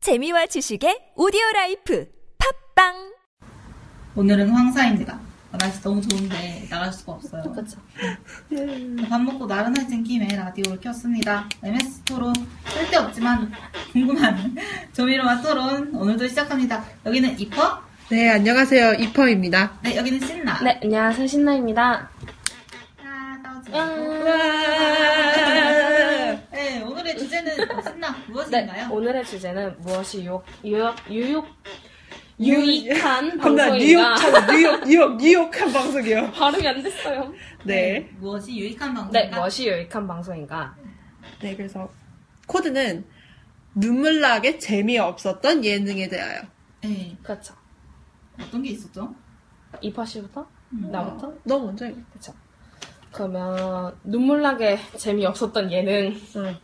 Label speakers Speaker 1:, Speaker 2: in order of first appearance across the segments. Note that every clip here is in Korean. Speaker 1: 재미와 지식의 오디오 라이프 팝빵
Speaker 2: 오늘은 황사입니다. 아, 날씨 너무 좋은데 나갈 수가 없어요. 그렇죠. 밥 먹고 나른해진 김에 라디오를 켰습니다. MS 토론 쓸데없지만 궁금한 조미료와 토론 오늘도 시작합니다. 여기는 이퍼,
Speaker 3: 네, 안녕하세요. 이퍼입니다.
Speaker 2: 네 여기는 신나.
Speaker 4: 네, 안녕하세요. 신나입니다.
Speaker 2: 아, 싸우지
Speaker 4: 와.
Speaker 2: 말고. 네 오늘의 주제는 신나
Speaker 4: 네,
Speaker 2: 무엇인가요?
Speaker 4: 오늘의 주제는 무엇이 유혹, 유혹, 유혹, 유익한
Speaker 3: 아, 겁나
Speaker 4: 방송인가?
Speaker 3: 뉴욕처럼 뉴욕, 뉴욕, 뉴욕한 방송이요.
Speaker 4: 발음이 안 됐어요.
Speaker 3: 네.
Speaker 2: 무엇이 유익한
Speaker 4: 네,
Speaker 2: 방송인가?
Speaker 4: 무엇이 유익한 방송인가?
Speaker 3: 네, 그래서 코드는 눈물 나게 재미없었던 예능에 대하여.
Speaker 2: 네
Speaker 4: 그렇죠.
Speaker 2: 어떤 게 있었죠?
Speaker 4: 이파 씨부터?
Speaker 2: 음.
Speaker 4: 나부터?
Speaker 3: 어, 너 먼저 해.
Speaker 4: 그렇죠. 그러면 눈물나게 재미없었던 예능.
Speaker 3: 응.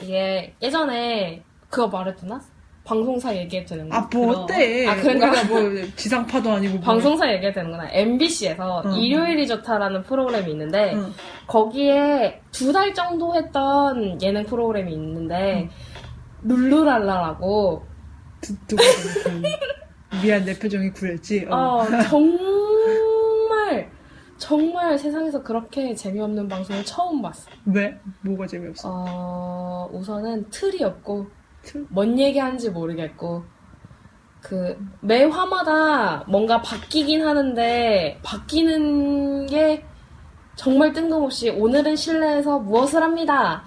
Speaker 4: 이게 예전에 그거 말해도나? 방송사 얘기해도 되는 거?
Speaker 3: 아, 뭐 어때?
Speaker 4: 아, 그런가?
Speaker 3: 우리가 뭐 지상파도 아니고. 뭐.
Speaker 4: 방송사 얘기해도 되는구나. MBC에서
Speaker 3: 응.
Speaker 4: 일요일이 좋다라는 프로그램이 있는데
Speaker 3: 응.
Speaker 4: 거기에 두 달 정도 했던 예능 프로그램이 있는데 룰루랄라라고
Speaker 3: 듣- 듣고 보니까. 미안, 내 표정이 구렸지? 어.
Speaker 4: 어, 정말 정말 세상에서 그렇게 재미없는 방송을 처음 봤어.
Speaker 3: 왜? 뭐가 재미없어?
Speaker 4: 어, 우선은 틀이 없고
Speaker 3: 틀?
Speaker 4: 뭔 얘기하는지 모르겠고 그 매 화마다 뭔가 바뀌긴 하는데 바뀌는 게 정말 뜬금없이 오늘은 실내에서 무엇을 합니다.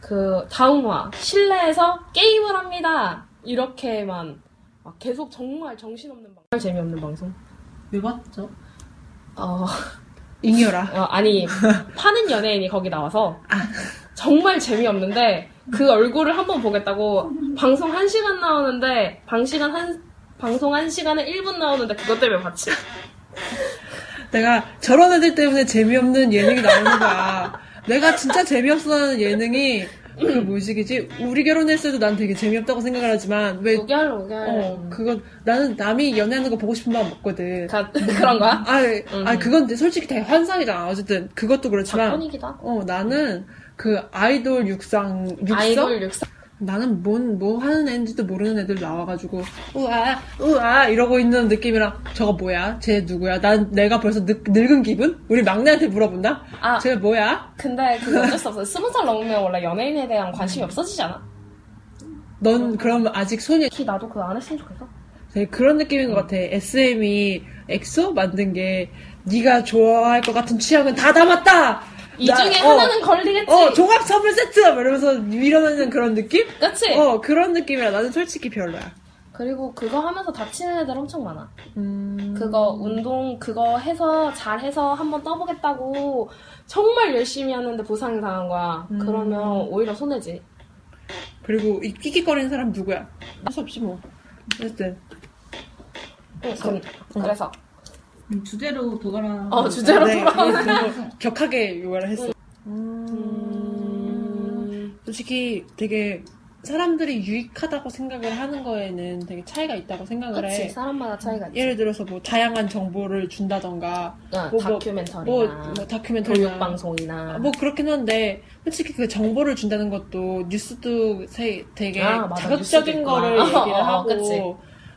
Speaker 4: 그 다음 화 실내에서 게임을 합니다. 이렇게만 막 계속 정말 정신없는 방송, 정말 재미없는 방송.
Speaker 2: 왜 봤죠?
Speaker 4: 어,
Speaker 3: 잉여라.
Speaker 4: 어, 아니 파는 연예인이 거기 나와서
Speaker 3: 아.
Speaker 4: 정말 재미없는데 그 얼굴을 한번 보겠다고 방송 1시간 나오는데 방시간 한 방송 1시간에 1분 나오는데 그것 때문에 봤지.
Speaker 3: 내가 저런 애들 때문에 재미없는 예능이 나오는 거야. 내가 진짜 재미없어하는 예능이 그 뭐식이지? 우리 결혼했을 때도 난 되게 재미없다고 생각을 하지만 왜
Speaker 4: 우결 우결.
Speaker 3: 어, 그건 나는 남이 연애하는 거 보고 싶은 마음 없거든.
Speaker 4: 가- 그런 거야?
Speaker 3: 아,
Speaker 4: 음.
Speaker 3: 아 그건 솔직히 다 환상이잖아. 어쨌든 그것도 그렇지만
Speaker 4: 아, 작품이기도 하고.
Speaker 3: 어 나는 그 아이돌 육상 육성
Speaker 4: 아이돌 육성.
Speaker 3: 나는 뭔 뭐 하는 애인지도 모르는 애들 나와가지고 우와 우와 이러고 있는 느낌이랑 저거 뭐야? 쟤 누구야? 난 내가 벌써 늙, 늙은 기분? 우리 막내한테 물어본다.
Speaker 4: 아.
Speaker 3: 쟤 뭐야?
Speaker 4: 근데 그거 어쩔 수 없어. 스무 살 넘으면 원래 연예인에 대한 관심이 없어지잖아. 어.
Speaker 3: 넌 그럼 아직 소녀
Speaker 4: 특히 나도 그거 안 했으면 좋겠어.
Speaker 3: 되게 그런 느낌인 것 같아. SM이 엑소 만든 게 네가 좋아할 것 같은 취향은 다 담았다.
Speaker 4: 이
Speaker 3: 나-
Speaker 4: 중에
Speaker 3: 어,
Speaker 4: 하나는 걸리겠지.
Speaker 3: 어 종합 선물 세트 막 이러면서 밀어내는 그런 느낌?
Speaker 4: 그치?
Speaker 3: 어 그런 느낌이라 나는 솔직히 별로야.
Speaker 4: 그리고 그거 하면서 다치는 애들 엄청 많아.
Speaker 3: 음,
Speaker 4: 그거 운동 그거 해서 잘해서 한번 떠보겠다고 정말 열심히 하는데 보상이 당한 거야.
Speaker 3: 음.
Speaker 4: 그러면 오히려 손해지.
Speaker 3: 그리고 이 끼끼거리는 사람 누구야? 할 수 없지 뭐. 어쨌든
Speaker 4: 그, 래서
Speaker 2: 음, 주제로 돌아라.
Speaker 4: 어 주제로
Speaker 3: 네,
Speaker 4: 돌아오는.
Speaker 3: 그래서 격하게 요가를 했어. 음,
Speaker 4: 음,
Speaker 3: 솔직히 되게 사람들이 유익하다고 생각을 하는 거에는 되게 차이가 있다고 생각을
Speaker 4: 그치
Speaker 3: 해.
Speaker 4: 사람마다 차이가 있지.
Speaker 3: 예를 들어서 뭐 다양한 정보를 준다던가
Speaker 4: 어,
Speaker 3: 뭐, 뭐,
Speaker 4: 다큐멘터리나
Speaker 3: 뭐 다큐멘터리나
Speaker 4: 교육 방송이나
Speaker 3: 뭐 그렇긴 한데 솔직히 그 정보를 준다는 것도 뉴스도 세- 되게
Speaker 4: 아, 맞아. 뉴스도
Speaker 3: 자극적인
Speaker 4: 있구나.
Speaker 3: 거를 얘기를
Speaker 4: 어, 어,
Speaker 3: 하고
Speaker 4: 그치.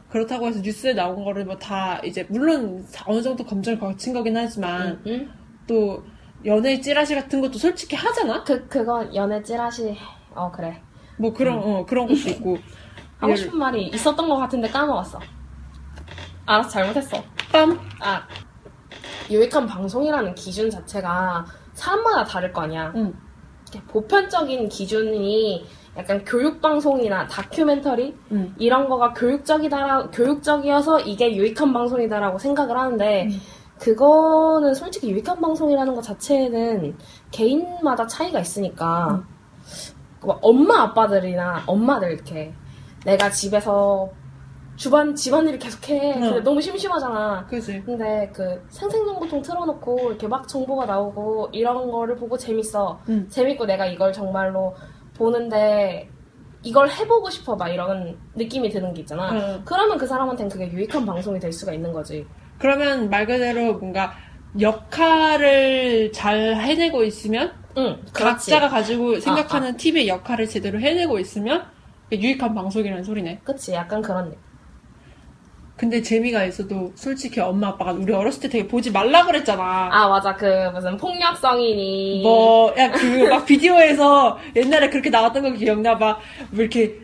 Speaker 3: 그렇다고 해서 뉴스에 나온 거를 뭐 다 이제 물론 어느 정도 검증을 거친 거긴 하지만
Speaker 4: 응, 응?
Speaker 3: 또 연애 찌라시 같은 것도 솔직히 하잖아.
Speaker 4: 그 그건 연애 찌라시. 어 그래.
Speaker 3: 뭐
Speaker 4: 음.
Speaker 3: 그런 어, 그런 것도 있고
Speaker 4: 하고 싶은 말이 있었던 것 같은데 까먹었어. 알아서 잘못했어.
Speaker 3: 빰
Speaker 4: 아, 유익한 방송이라는 기준 자체가 사람마다 다를 거 아니야.
Speaker 3: 응.
Speaker 4: 이렇게 보편적인 기준이 약간 교육 방송이나 다큐멘터리
Speaker 3: 응.
Speaker 4: 이런 거가 교육적이다 교육적이어서 이게 유익한 방송이다라고 생각을 하는데 그거는 솔직히 유익한 방송이라는 것 자체는 개인마다 차이가 있으니까 막 엄마 아빠들이나 엄마들 이렇게 내가 집에서 주반 집안일을 계속해
Speaker 3: 응.
Speaker 4: 근데 너무 심심하잖아
Speaker 3: 그지.
Speaker 4: 근데 그 생생정보통 틀어놓고 이렇게 막 정보가 나오고 이런 거를 보고 재밌어.
Speaker 3: 응.
Speaker 4: 재밌고 내가 이걸 정말로 보는데 이걸 해보고 싶어 막 이런 느낌이 드는 게 있잖아.
Speaker 3: 응.
Speaker 4: 그러면 그 사람한테는 그게 유익한 방송이 될 수가 있는 거지.
Speaker 3: 그러면 말 그대로 뭔가 역할을 잘 해내고 있으면
Speaker 4: 응, 그렇지. 아,
Speaker 3: 각자가 가지고 생각하는 팁의 역할을 제대로 해내고 있으면 유익한 방송이라는 소리네.
Speaker 4: 그치? 약간 그런 느낌.
Speaker 3: 근데 재미가 있어도 솔직히 엄마 아빠가 우리 어렸을 때 되게 보지 말라 그랬잖아.
Speaker 4: 아, 맞아. 그, 무슨 폭력 성인이.
Speaker 3: 뭐, 야, 그, 막 비디오에서 옛날에 그렇게 나왔던 거 기억나? 막, 뭐 이렇게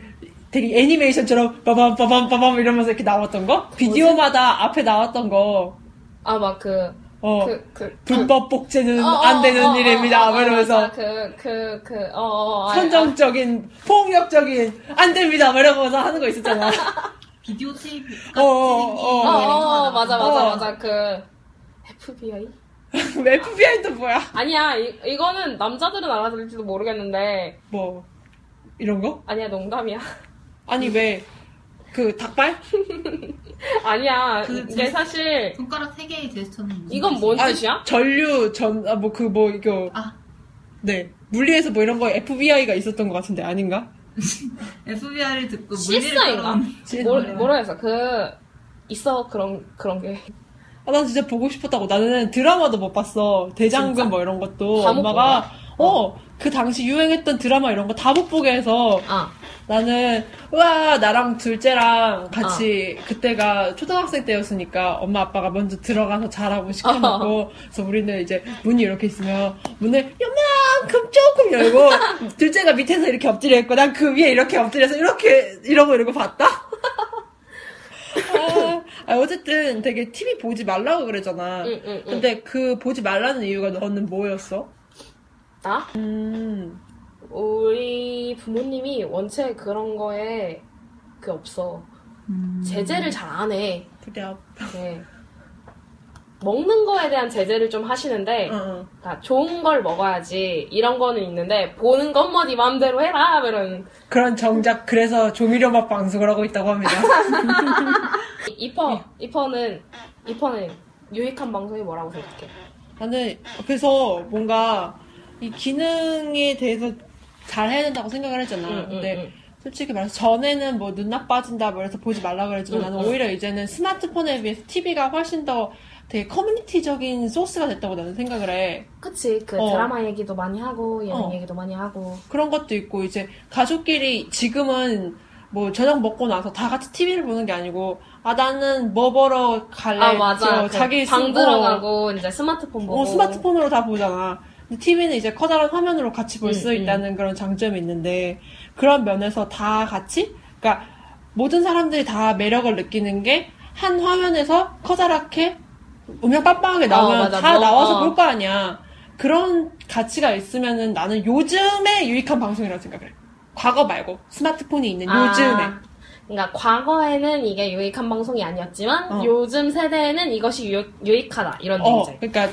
Speaker 3: 되게 애니메이션처럼 빠밤, 빠밤, 빠밤 이러면서 이렇게 나왔던 거? 비디오마다 앞에 나왔던 거.
Speaker 4: 아, 막 그,
Speaker 3: 어.
Speaker 4: 그, 그.
Speaker 3: 불법 복제는
Speaker 4: 어, 어,
Speaker 3: 안 되는
Speaker 4: 어, 어,
Speaker 3: 일입니다.
Speaker 4: 어, 어,
Speaker 3: 막 이러면서
Speaker 4: 맞아. 그, 그, 그, 어, 어, 어. 아,
Speaker 3: 선정적인, 폭력적인, 안 됩니다. 막 이러면서 하는 거 있었잖아.
Speaker 2: 비디오 테이프
Speaker 3: 어, 어,
Speaker 4: 아, 어, 어, 어, 맞아, 맞아,
Speaker 3: 어.
Speaker 4: 맞아. 그, FBI?
Speaker 3: FBI 또 뭐야?
Speaker 4: 아니야, 이, 이거는 남자들은 알아들을지도 모르겠는데.
Speaker 3: 뭐, 이런 거?
Speaker 4: 아니야, 농담이야.
Speaker 3: 아니, 왜, 그, 닭발?
Speaker 4: 아니야.
Speaker 2: 그
Speaker 4: 이게 사실,
Speaker 2: 손가락 세 개의 제스처는 무슨
Speaker 4: 이건 뭔
Speaker 3: 아,
Speaker 4: 뜻이야?
Speaker 3: 전류, 전, 아, 뭐, 그, 뭐, 이거,
Speaker 2: 아
Speaker 3: 네. 물리에서 뭐 이런 거 FBI가 있었던 것 같은데, 아닌가?
Speaker 2: FBI를 듣고 물리를 아,
Speaker 4: 실사인가?
Speaker 2: 끌어온
Speaker 4: 뭐, 뭐라 해서 그 있어 그런 그런 게
Speaker 3: 아, 나 진짜 보고 싶었다고. 나는 드라마도 못 봤어. 대장금
Speaker 4: 진짜?
Speaker 3: 뭐 이런 것도.
Speaker 4: 다못
Speaker 3: 엄마가, 어, 그 당시 유행했던 드라마 이런 거 다 못 보게 해서
Speaker 4: 아,
Speaker 3: 나는, 우와, 나랑 둘째랑 같이,
Speaker 4: 어.
Speaker 3: 그때가 초등학생 때였으니까 엄마 아빠가 먼저 들어가서 자라고 시켜놓고,
Speaker 4: 어.
Speaker 3: 그래서 우리는 이제 문이 이렇게 있으면 문을 요만큼 조금 열고, 둘째가 밑에서 이렇게 엎드려 있고, 난 그 위에 이렇게 엎드려서 이렇게, 이러고 이러고 봤다? 아, 아, 어쨌든 되게 TV 보지 말라고 그러잖아.
Speaker 4: 응, 응, 응.
Speaker 3: 근데 그 보지 말라는 이유가 너는 뭐였어?
Speaker 4: 나
Speaker 3: 음,
Speaker 4: 아, 우리 부모님이 원체 그런 거에 그 없어
Speaker 2: 음.
Speaker 4: 제재를 잘 안 해.
Speaker 3: 그래. 어,
Speaker 4: 네. 먹는 거에 대한 제재를 좀 하시는데
Speaker 3: 어.
Speaker 4: 그러니까 좋은 걸 먹어야지 이런 거는 있는데 보는 것만 네 맘대로 해라 이런
Speaker 3: 그런 정작 그래서 조미료 맛 방송을 하고 있다고 합니다.
Speaker 4: 이퍼 이퍼는 이퍼는 유익한 방송이 뭐라고 생각해?
Speaker 3: 나는 그래서 뭔가 이 기능에 대해서 잘 해야 된다고 생각을 했잖아.
Speaker 4: 응, 응,
Speaker 3: 근데
Speaker 4: 응.
Speaker 3: 솔직히 말해서 전에는 뭐 눈 나빠진다 뭐 해서 보지 말라 그랬지만
Speaker 4: 응,
Speaker 3: 나는
Speaker 4: 응.
Speaker 3: 오히려 이제는 스마트폰에 비해서 TV가 훨씬 더 되게 커뮤니티적인 소스가 됐다고 나는 생각을 해.
Speaker 4: 그치 그
Speaker 3: 어.
Speaker 4: 드라마 얘기도 많이 하고 연예인
Speaker 3: 어.
Speaker 4: 얘기도 많이 하고
Speaker 3: 그런 것도 있고 이제 가족끼리 지금은 뭐 저녁 먹고 나서 다 같이 TV를 보는 게 아니고 아 나는 뭐 보러 갈래
Speaker 4: 아 맞아
Speaker 3: 네. 저
Speaker 4: 그
Speaker 3: 자기
Speaker 4: 방
Speaker 3: 쓰고
Speaker 4: 들어가고 이제 스마트폰 보고
Speaker 3: 어, 스마트폰으로 다 보잖아. 근데 TV는 이제 커다란 화면으로 같이 볼 수
Speaker 4: 음,
Speaker 3: 있다는 그런 장점이 있는데 그런 면에서 다 같이 그러니까 모든 사람들이 다 매력을 느끼는 게 한 화면에서 커다랗게 음향 빵빵하게 나오면
Speaker 4: 어, 맞아.
Speaker 3: 다
Speaker 4: 뭐,
Speaker 3: 나와서
Speaker 4: 어.
Speaker 3: 볼 거 아니야. 그런 가치가 있으면은 나는 요즘에 유익한 방송이라고 생각해. 과거 말고 스마트폰이 있는
Speaker 4: 아,
Speaker 3: 요즘에.
Speaker 4: 그러니까 과거에는 이게 유익한 방송이 아니었지만
Speaker 3: 어.
Speaker 4: 요즘 세대에는 이것이 유, 익하다 이런
Speaker 3: 어,
Speaker 4: 얘기지
Speaker 3: 그러니까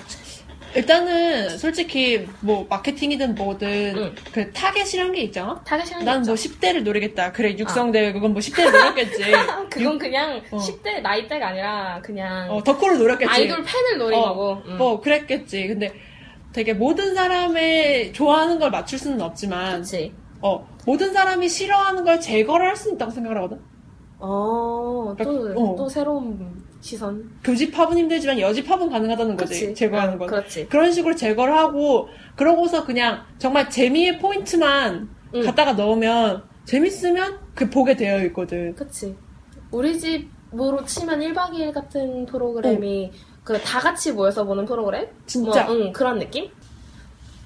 Speaker 3: 일단은 솔직히 뭐 마케팅이든 뭐든
Speaker 4: 응.
Speaker 3: 그 타겟이란 게 있잖아.
Speaker 4: 타겟이라는
Speaker 3: 난 뭐 10대를 노리겠다.
Speaker 4: 아.
Speaker 3: 그래, 육성대회 그건 뭐 10대를 노렸겠지.
Speaker 4: 게- 그건 그냥
Speaker 3: 어.
Speaker 4: 10대 나이대가 아니라 그냥
Speaker 3: 어, 덕후를 노렸겠지.
Speaker 4: 아이돌 팬을 노린
Speaker 3: 어,
Speaker 4: 거고 음.
Speaker 3: 뭐 그랬겠지. 근데 되게 모든 사람의 좋아하는 걸 맞출 수는 없지만
Speaker 4: 그치
Speaker 3: 어, 모든 사람이 싫어하는 걸 제거를 할 수 있다고 생각을 하거든.
Speaker 4: 어, 또,
Speaker 3: 어.
Speaker 4: 또 새로운 시선
Speaker 3: 교집합은 힘들지만 여집합은 가능하다는 거지.
Speaker 4: 그치
Speaker 3: 제거하는
Speaker 4: 어,
Speaker 3: 건.
Speaker 4: 그렇지
Speaker 3: 그런 식으로 제거를 하고 그러고서 그냥 정말 재미의 포인트만
Speaker 4: 응.
Speaker 3: 갖다가 넣으면 재밌으면 그 보게 되어 있거든.
Speaker 4: 그치. 우리 집으로 치면 1박 2일 같은 프로그램이 그 다 같이 모여서 보는 프로그램?
Speaker 3: 진짜.
Speaker 4: 뭐, 응, 그런 느낌?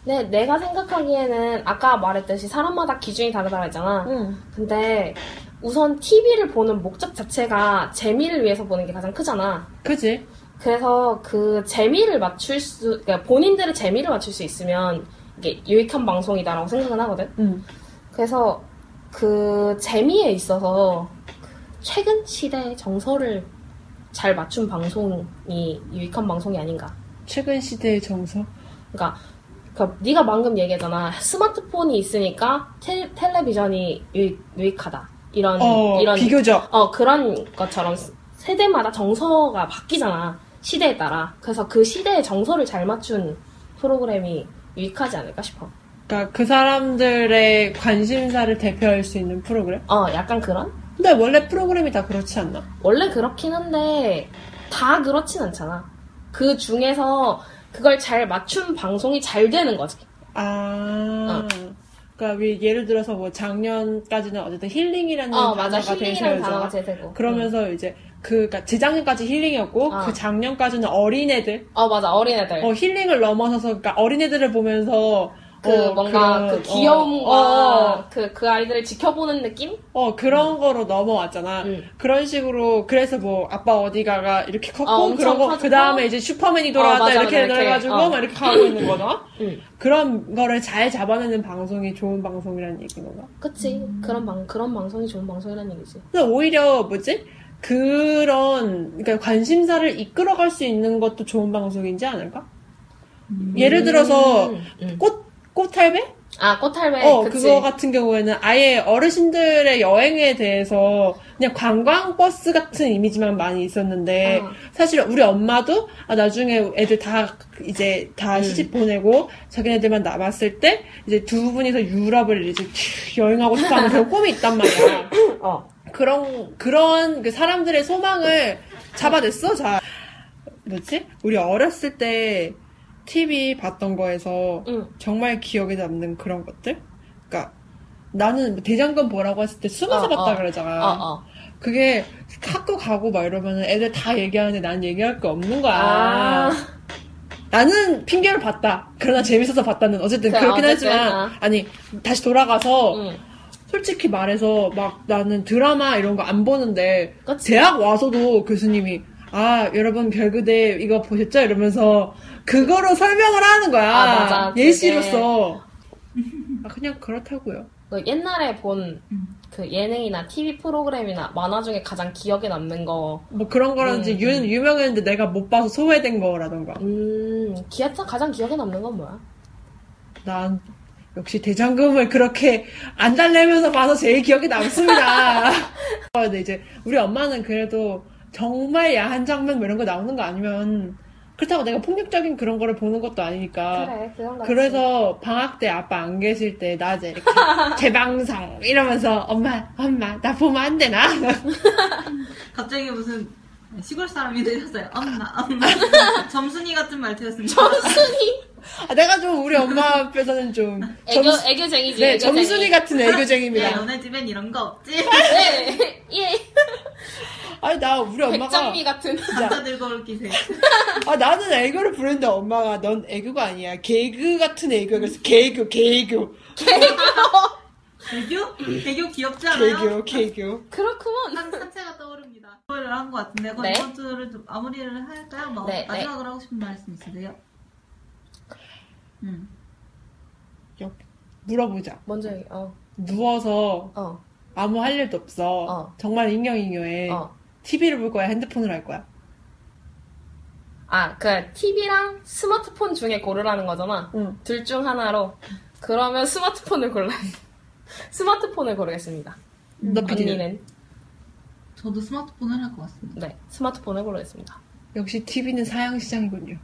Speaker 4: 네, 내가 생각하기에는 아까 말했듯이 사람마다 기준이 다르다고 했잖아.
Speaker 3: 응.
Speaker 4: 근데 우선 TV를 보는 목적 자체가 재미를 위해서 보는 게 가장 크잖아.
Speaker 3: 그지?
Speaker 4: 그래서 그 재미를 맞출 수, 그러니까 본인들의 재미를 맞출 수 있으면 이게 유익한 방송이다라고 생각은 하거든.
Speaker 3: 응.
Speaker 4: 그래서 그 재미에 있어서 최근 시대의 정서를 잘 맞춘 방송이 유익한 방송이 아닌가.
Speaker 3: 최근 시대의 정서.
Speaker 4: 그러니까, 그러니까 네가 방금 얘기했잖아. 스마트폰이 있으니까 텔, 텔레비전이 유익, 유익하다. 이런
Speaker 3: 어,
Speaker 4: 이런
Speaker 3: 비교적.
Speaker 4: 어 그런 것처럼 세대마다 정서가 바뀌잖아. 시대에 따라. 그래서 그 시대의 정서를 잘 맞춘 프로그램이 유익하지 않을까 싶어.
Speaker 3: 그러니까 그 사람들의 관심사를 대표할 수 있는 프로그램?
Speaker 4: 어, 약간 그런?
Speaker 3: 근데 원래 프로그램이 다 그렇지 않나?
Speaker 4: 원래 그렇긴 한데 다 그렇진 않잖아. 그 중에서 그걸 잘 맞춘 방송이 잘 되는 거지.
Speaker 3: 아. 그러니까 왜 예를 들어서 뭐 작년까지는 어쨌든 힐링이라는
Speaker 4: 어, 맞아.
Speaker 3: 단어가
Speaker 4: 힐링이라는
Speaker 3: 되셔야죠.
Speaker 4: 단어가 제대고.
Speaker 3: 그러면서 이제 그 그러니까 재작년까지 힐링이었고
Speaker 4: 어.
Speaker 3: 그 작년까지는 어린애들
Speaker 4: 어, 맞아. 어린애들.
Speaker 3: 어, 힐링을 넘어서서 그러니까 어린애들을 보면서
Speaker 4: 그
Speaker 3: 어,
Speaker 4: 뭔가
Speaker 3: 그런,
Speaker 4: 그 귀여움과
Speaker 3: 어, 어,
Speaker 4: 그, 그 아이들을 지켜보는 느낌?
Speaker 3: 어, 그런 거로 넘어왔잖아.
Speaker 4: 음.
Speaker 3: 그런 식으로 그래서 뭐 아빠 어디가가 이렇게 컸고
Speaker 4: 어, 엄청
Speaker 3: 그런 거
Speaker 4: 커지고.
Speaker 3: 그 다음에 이제 슈퍼맨이 돌아왔다
Speaker 4: 맞아,
Speaker 3: 이렇게
Speaker 4: 맞아, 이렇게.
Speaker 3: 해가지고
Speaker 4: 어.
Speaker 3: 막 이렇게 하고 있는 거나
Speaker 4: 음.
Speaker 3: 그런 거를 잘 잡아내는 방송이 좋은 방송이라는 얘기인 건가?
Speaker 4: 그치.
Speaker 3: 음.
Speaker 4: 그런 방, 그런 방송이 좋은 방송이라는 얘기지.
Speaker 3: 근데 오히려 뭐지? 그런 그러니까 관심사를 이끌어갈 수 있는 것도 좋은 방송이지 않을까? 예를 들어서
Speaker 4: 음, 음.
Speaker 3: 꽃 꽃할배?
Speaker 4: 아, 꽃할배.
Speaker 3: 어
Speaker 4: 그치.
Speaker 3: 그거 같은 경우에는 아예 어르신들의 여행에 대해서 그냥 관광 버스 같은 이미지만 많이 있었는데
Speaker 4: 아.
Speaker 3: 사실 우리 엄마도 아, 나중에 애들 다 이제
Speaker 4: 음.
Speaker 3: 다 시집 보내고 자기네들만 남았을 때 이제 두 분이서 유럽을 이제 쭉 여행하고 싶어하는 그런 꿈이 있단 말이야.
Speaker 4: 어.
Speaker 3: 그런 그런 그 사람들의 소망을 잡아냈어. 자, 뭐지? 우리 어렸을 때 TV 봤던 거에서
Speaker 4: 응.
Speaker 3: 정말 기억에 남는 그런 것들. 그러니까 나는 대장금 보라고 했을 때 숨어서
Speaker 4: 어,
Speaker 3: 봤다
Speaker 4: 어. 어,
Speaker 3: 그러잖아.
Speaker 4: 어.
Speaker 3: 그게 학교 가고 막 이러면 애들 다 얘기하는데 난 얘기할 게 없는 거야.
Speaker 4: 아.
Speaker 3: 나는 핑계를 봤다. 그러나 재밌어서 봤다는 어쨌든
Speaker 4: 그래,
Speaker 3: 그렇긴
Speaker 4: 어쨌든,
Speaker 3: 하지만
Speaker 4: 어.
Speaker 3: 아니 다시 돌아가서
Speaker 4: 응.
Speaker 3: 솔직히 말해서 막 나는 드라마 이런 거 안 보는데
Speaker 4: 그치.
Speaker 3: 대학 와서도 교수님이 아 여러분 별그대 이거 보셨죠 이러면서 그거로 설명을 하는 거야
Speaker 4: 아, 맞아. 그게.
Speaker 3: 예시로서 아, 그냥 그렇다고요
Speaker 4: 그 옛날에 본
Speaker 2: 음.
Speaker 4: 그 예능이나 TV 프로그램이나 만화 중에 가장 기억에 남는 거.
Speaker 3: 뭐 그런 거라든지
Speaker 4: 음,
Speaker 3: 유,
Speaker 4: 음.
Speaker 3: 유명했는데 내가 못 봐서 소외된 거라던가
Speaker 4: 음, 기아차 가장 기억에 남는 건 뭐야?
Speaker 3: 난 역시 대장금을 그렇게 안 달래면서 봐서 제일 기억에 남습니다 어, 근데 이제 우리 엄마는 그래도 정말 야한 장면 뭐 이런 거 나오는 거 아니면 그렇다고 내가 폭력적인 그런 거를 보는 것도 아니니까
Speaker 4: 그래, 그런 거.
Speaker 3: 그래서 방학 때 아빠 안 계실 때 낮에 이렇게 재방송 이러면서 엄마 엄마 나 보면 안 되나?
Speaker 2: 음. 갑자기 무슨 시골 사람이 되셨어요. 엄나 엄나 점순이 같은 말투였습니다.
Speaker 4: 점순이
Speaker 3: 아, 내가 좀 우리 엄마 앞에서는 좀
Speaker 4: 애교
Speaker 3: 점수-
Speaker 4: 애교쟁이지.
Speaker 3: 네,
Speaker 4: 애교쟁이.
Speaker 3: 점순이 같은
Speaker 2: 야,
Speaker 3: 애교쟁입니다.
Speaker 2: 너네 집엔 이런 거 없지?
Speaker 4: 네, 예.
Speaker 3: 아니 나 우리 엄마가
Speaker 4: 백장미 같은.
Speaker 2: 남자 들고 올 기세.
Speaker 3: 아 나는 애교를 부르는데 엄마가 넌 애교가 아니야 개그 같은 애교야 그래서 개교 개교
Speaker 2: 개교? 개교 귀엽지 않아요?
Speaker 3: 개교 개교
Speaker 4: 그렇구만.
Speaker 2: 한 산채가 떠오릅니다. 그걸 한것 같은데 그럼
Speaker 4: 네.
Speaker 2: 이번 주를 좀 마무리를 할까요? 뭐
Speaker 4: 네,
Speaker 2: 마지막으로 하고 싶은 말씀 있으세요? 음.
Speaker 3: 물어보자
Speaker 4: 먼저 얘기. 어,
Speaker 3: 누워서
Speaker 4: 어,
Speaker 3: 아무 할 일도 없어
Speaker 4: 어.
Speaker 3: 정말 잉여잉여해
Speaker 4: 어.
Speaker 3: TV를 볼 거야 핸드폰을 할 거야
Speaker 4: 아, 그 TV랑 스마트폰 중에 고르라는 거잖아.
Speaker 3: 응.
Speaker 4: 둘 중 하나로. 그러면 스마트폰을 골라요. 스마트폰을 고르겠습니다.
Speaker 3: 너 아, 비디는
Speaker 4: 음, 언니는
Speaker 2: 저도 스마트폰을 할 것 같습니다.
Speaker 4: 네, 스마트폰을 고르겠습니다.
Speaker 3: 역시 TV는 사양시장이군요.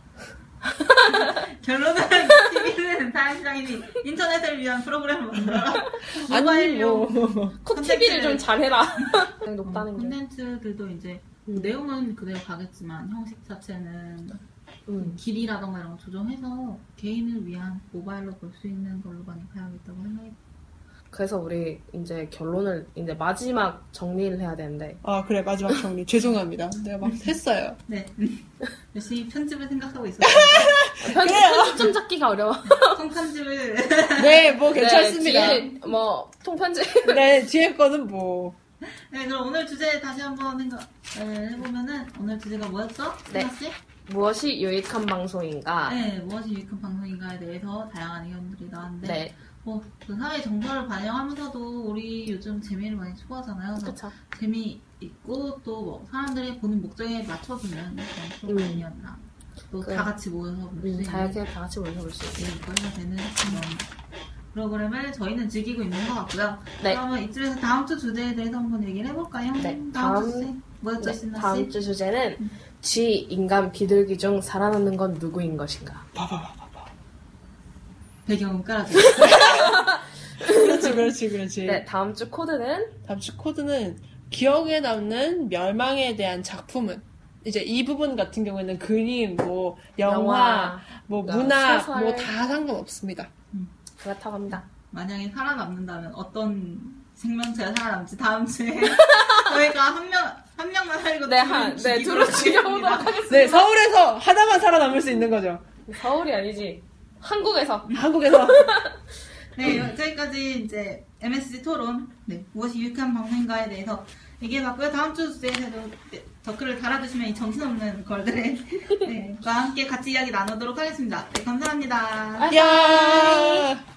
Speaker 2: 결론은 TV는 사회시장이니 인터넷을 위한 프로그램을 만들어라. 모바일용
Speaker 4: 콕 TV를 좀 잘해라. 높다는
Speaker 3: 네.
Speaker 4: 게.
Speaker 2: 콘텐츠들도 이제 뭐
Speaker 4: 음.
Speaker 2: 내용은 그대로 가겠지만 형식 자체는
Speaker 4: 음.
Speaker 2: 길이라던가 이런 거 조정해서 개인을 위한 모바일로 볼 수 있는 걸로 많이 가야겠다고 생각이
Speaker 4: 그래서 우리 이제 결론을 이제 마지막 정리를 해야 되는데
Speaker 3: 아 그래 마지막 정리 죄송합니다. 내가 막 했어요.
Speaker 2: 네. 열심히 편집을 생각하고 있었어요.
Speaker 4: 편집, 편집 좀 잡기가 어려워.
Speaker 2: 성편집을.
Speaker 3: 네 뭐 괜찮습니다.
Speaker 4: 네, 뒤에 뭐 통편집.
Speaker 3: 네 뒤에 거는 뭐
Speaker 2: 네, 그럼 오늘 주제 다시 한번 생각, 네, 해보면은 오늘 주제가 뭐였죠?
Speaker 4: 네. 아.
Speaker 2: 승아 씨?
Speaker 4: 무엇이 유익한 방송인가?
Speaker 2: 네, 무엇이 유익한 방송인가에 대해서 다양한 의견들이 나왔는데
Speaker 4: 네,
Speaker 2: 뭐, 그 사회 정보를 반영하면서도 우리 요즘 재미를 많이 추구하잖아요. 그래서
Speaker 4: 그쵸.
Speaker 2: 재미있고 또 뭐 사람들이 보는 목적에 맞춰주는 그런 프로그램이었나. 또
Speaker 4: 그래.
Speaker 2: 다 같이 모여서 볼수
Speaker 4: 음,
Speaker 2: 있는
Speaker 4: 다양하게 다 같이 모여서 볼 수 있는.
Speaker 2: 네, 거기가 되는 그런 프로그램을 저희는 즐기고 있는 것 같고요.
Speaker 4: 네.
Speaker 2: 그러면 이쯤에서 다음 주 주제에 대해서 한번 얘기를 해볼까요?
Speaker 4: 네,
Speaker 2: 다음,
Speaker 4: 다음-
Speaker 2: 주 주제 뭐였죠,
Speaker 4: 네,
Speaker 2: 신나 씨?
Speaker 4: 다음 주 주제는 쥐 인간 비둘기 중 살아남는 건 누구인 것인가?
Speaker 2: 배경음 깔아줘.
Speaker 3: 그렇지 그렇지 그렇지.
Speaker 4: 네, 다음 주 코드는
Speaker 3: 다음 주 코드는 기억에 남는 멸망에 대한 작품은 이제 이 부분 같은 경우에는 그림 뭐 영화,
Speaker 4: 영화,
Speaker 3: 뭐
Speaker 4: 그러니까
Speaker 3: 문화
Speaker 4: 소설.
Speaker 3: 뭐 다 상관없습니다.
Speaker 4: 그렇다고 합니다.
Speaker 2: 만약에 살아남는다면 어떤 생명체가 살아남지 다음 주에 저희가 한 명 한 명만 살고
Speaker 4: 네,
Speaker 2: 둘은
Speaker 4: 한, 네,
Speaker 2: 죽이도록
Speaker 4: 둘을 죽여보도록
Speaker 2: 하겠습니다.
Speaker 4: 하겠습니다.
Speaker 3: 네, 서울에서 하나만 살아남을 수 있는 거죠.
Speaker 4: 서울이 아니지. 한국에서.
Speaker 3: 한국에서.
Speaker 2: 네, 여- 여기까지 이제 MSG 토론, 네, 무엇이 유익한 방송인가에 대해서 얘기해봤고요. 다음 주 주제에도 댓글을 달아주시면 이 정신없는 걸들의 네, 과 함께 같이 이야기 나누도록 하겠습니다. 네, 감사합니다.
Speaker 4: 아,
Speaker 3: 야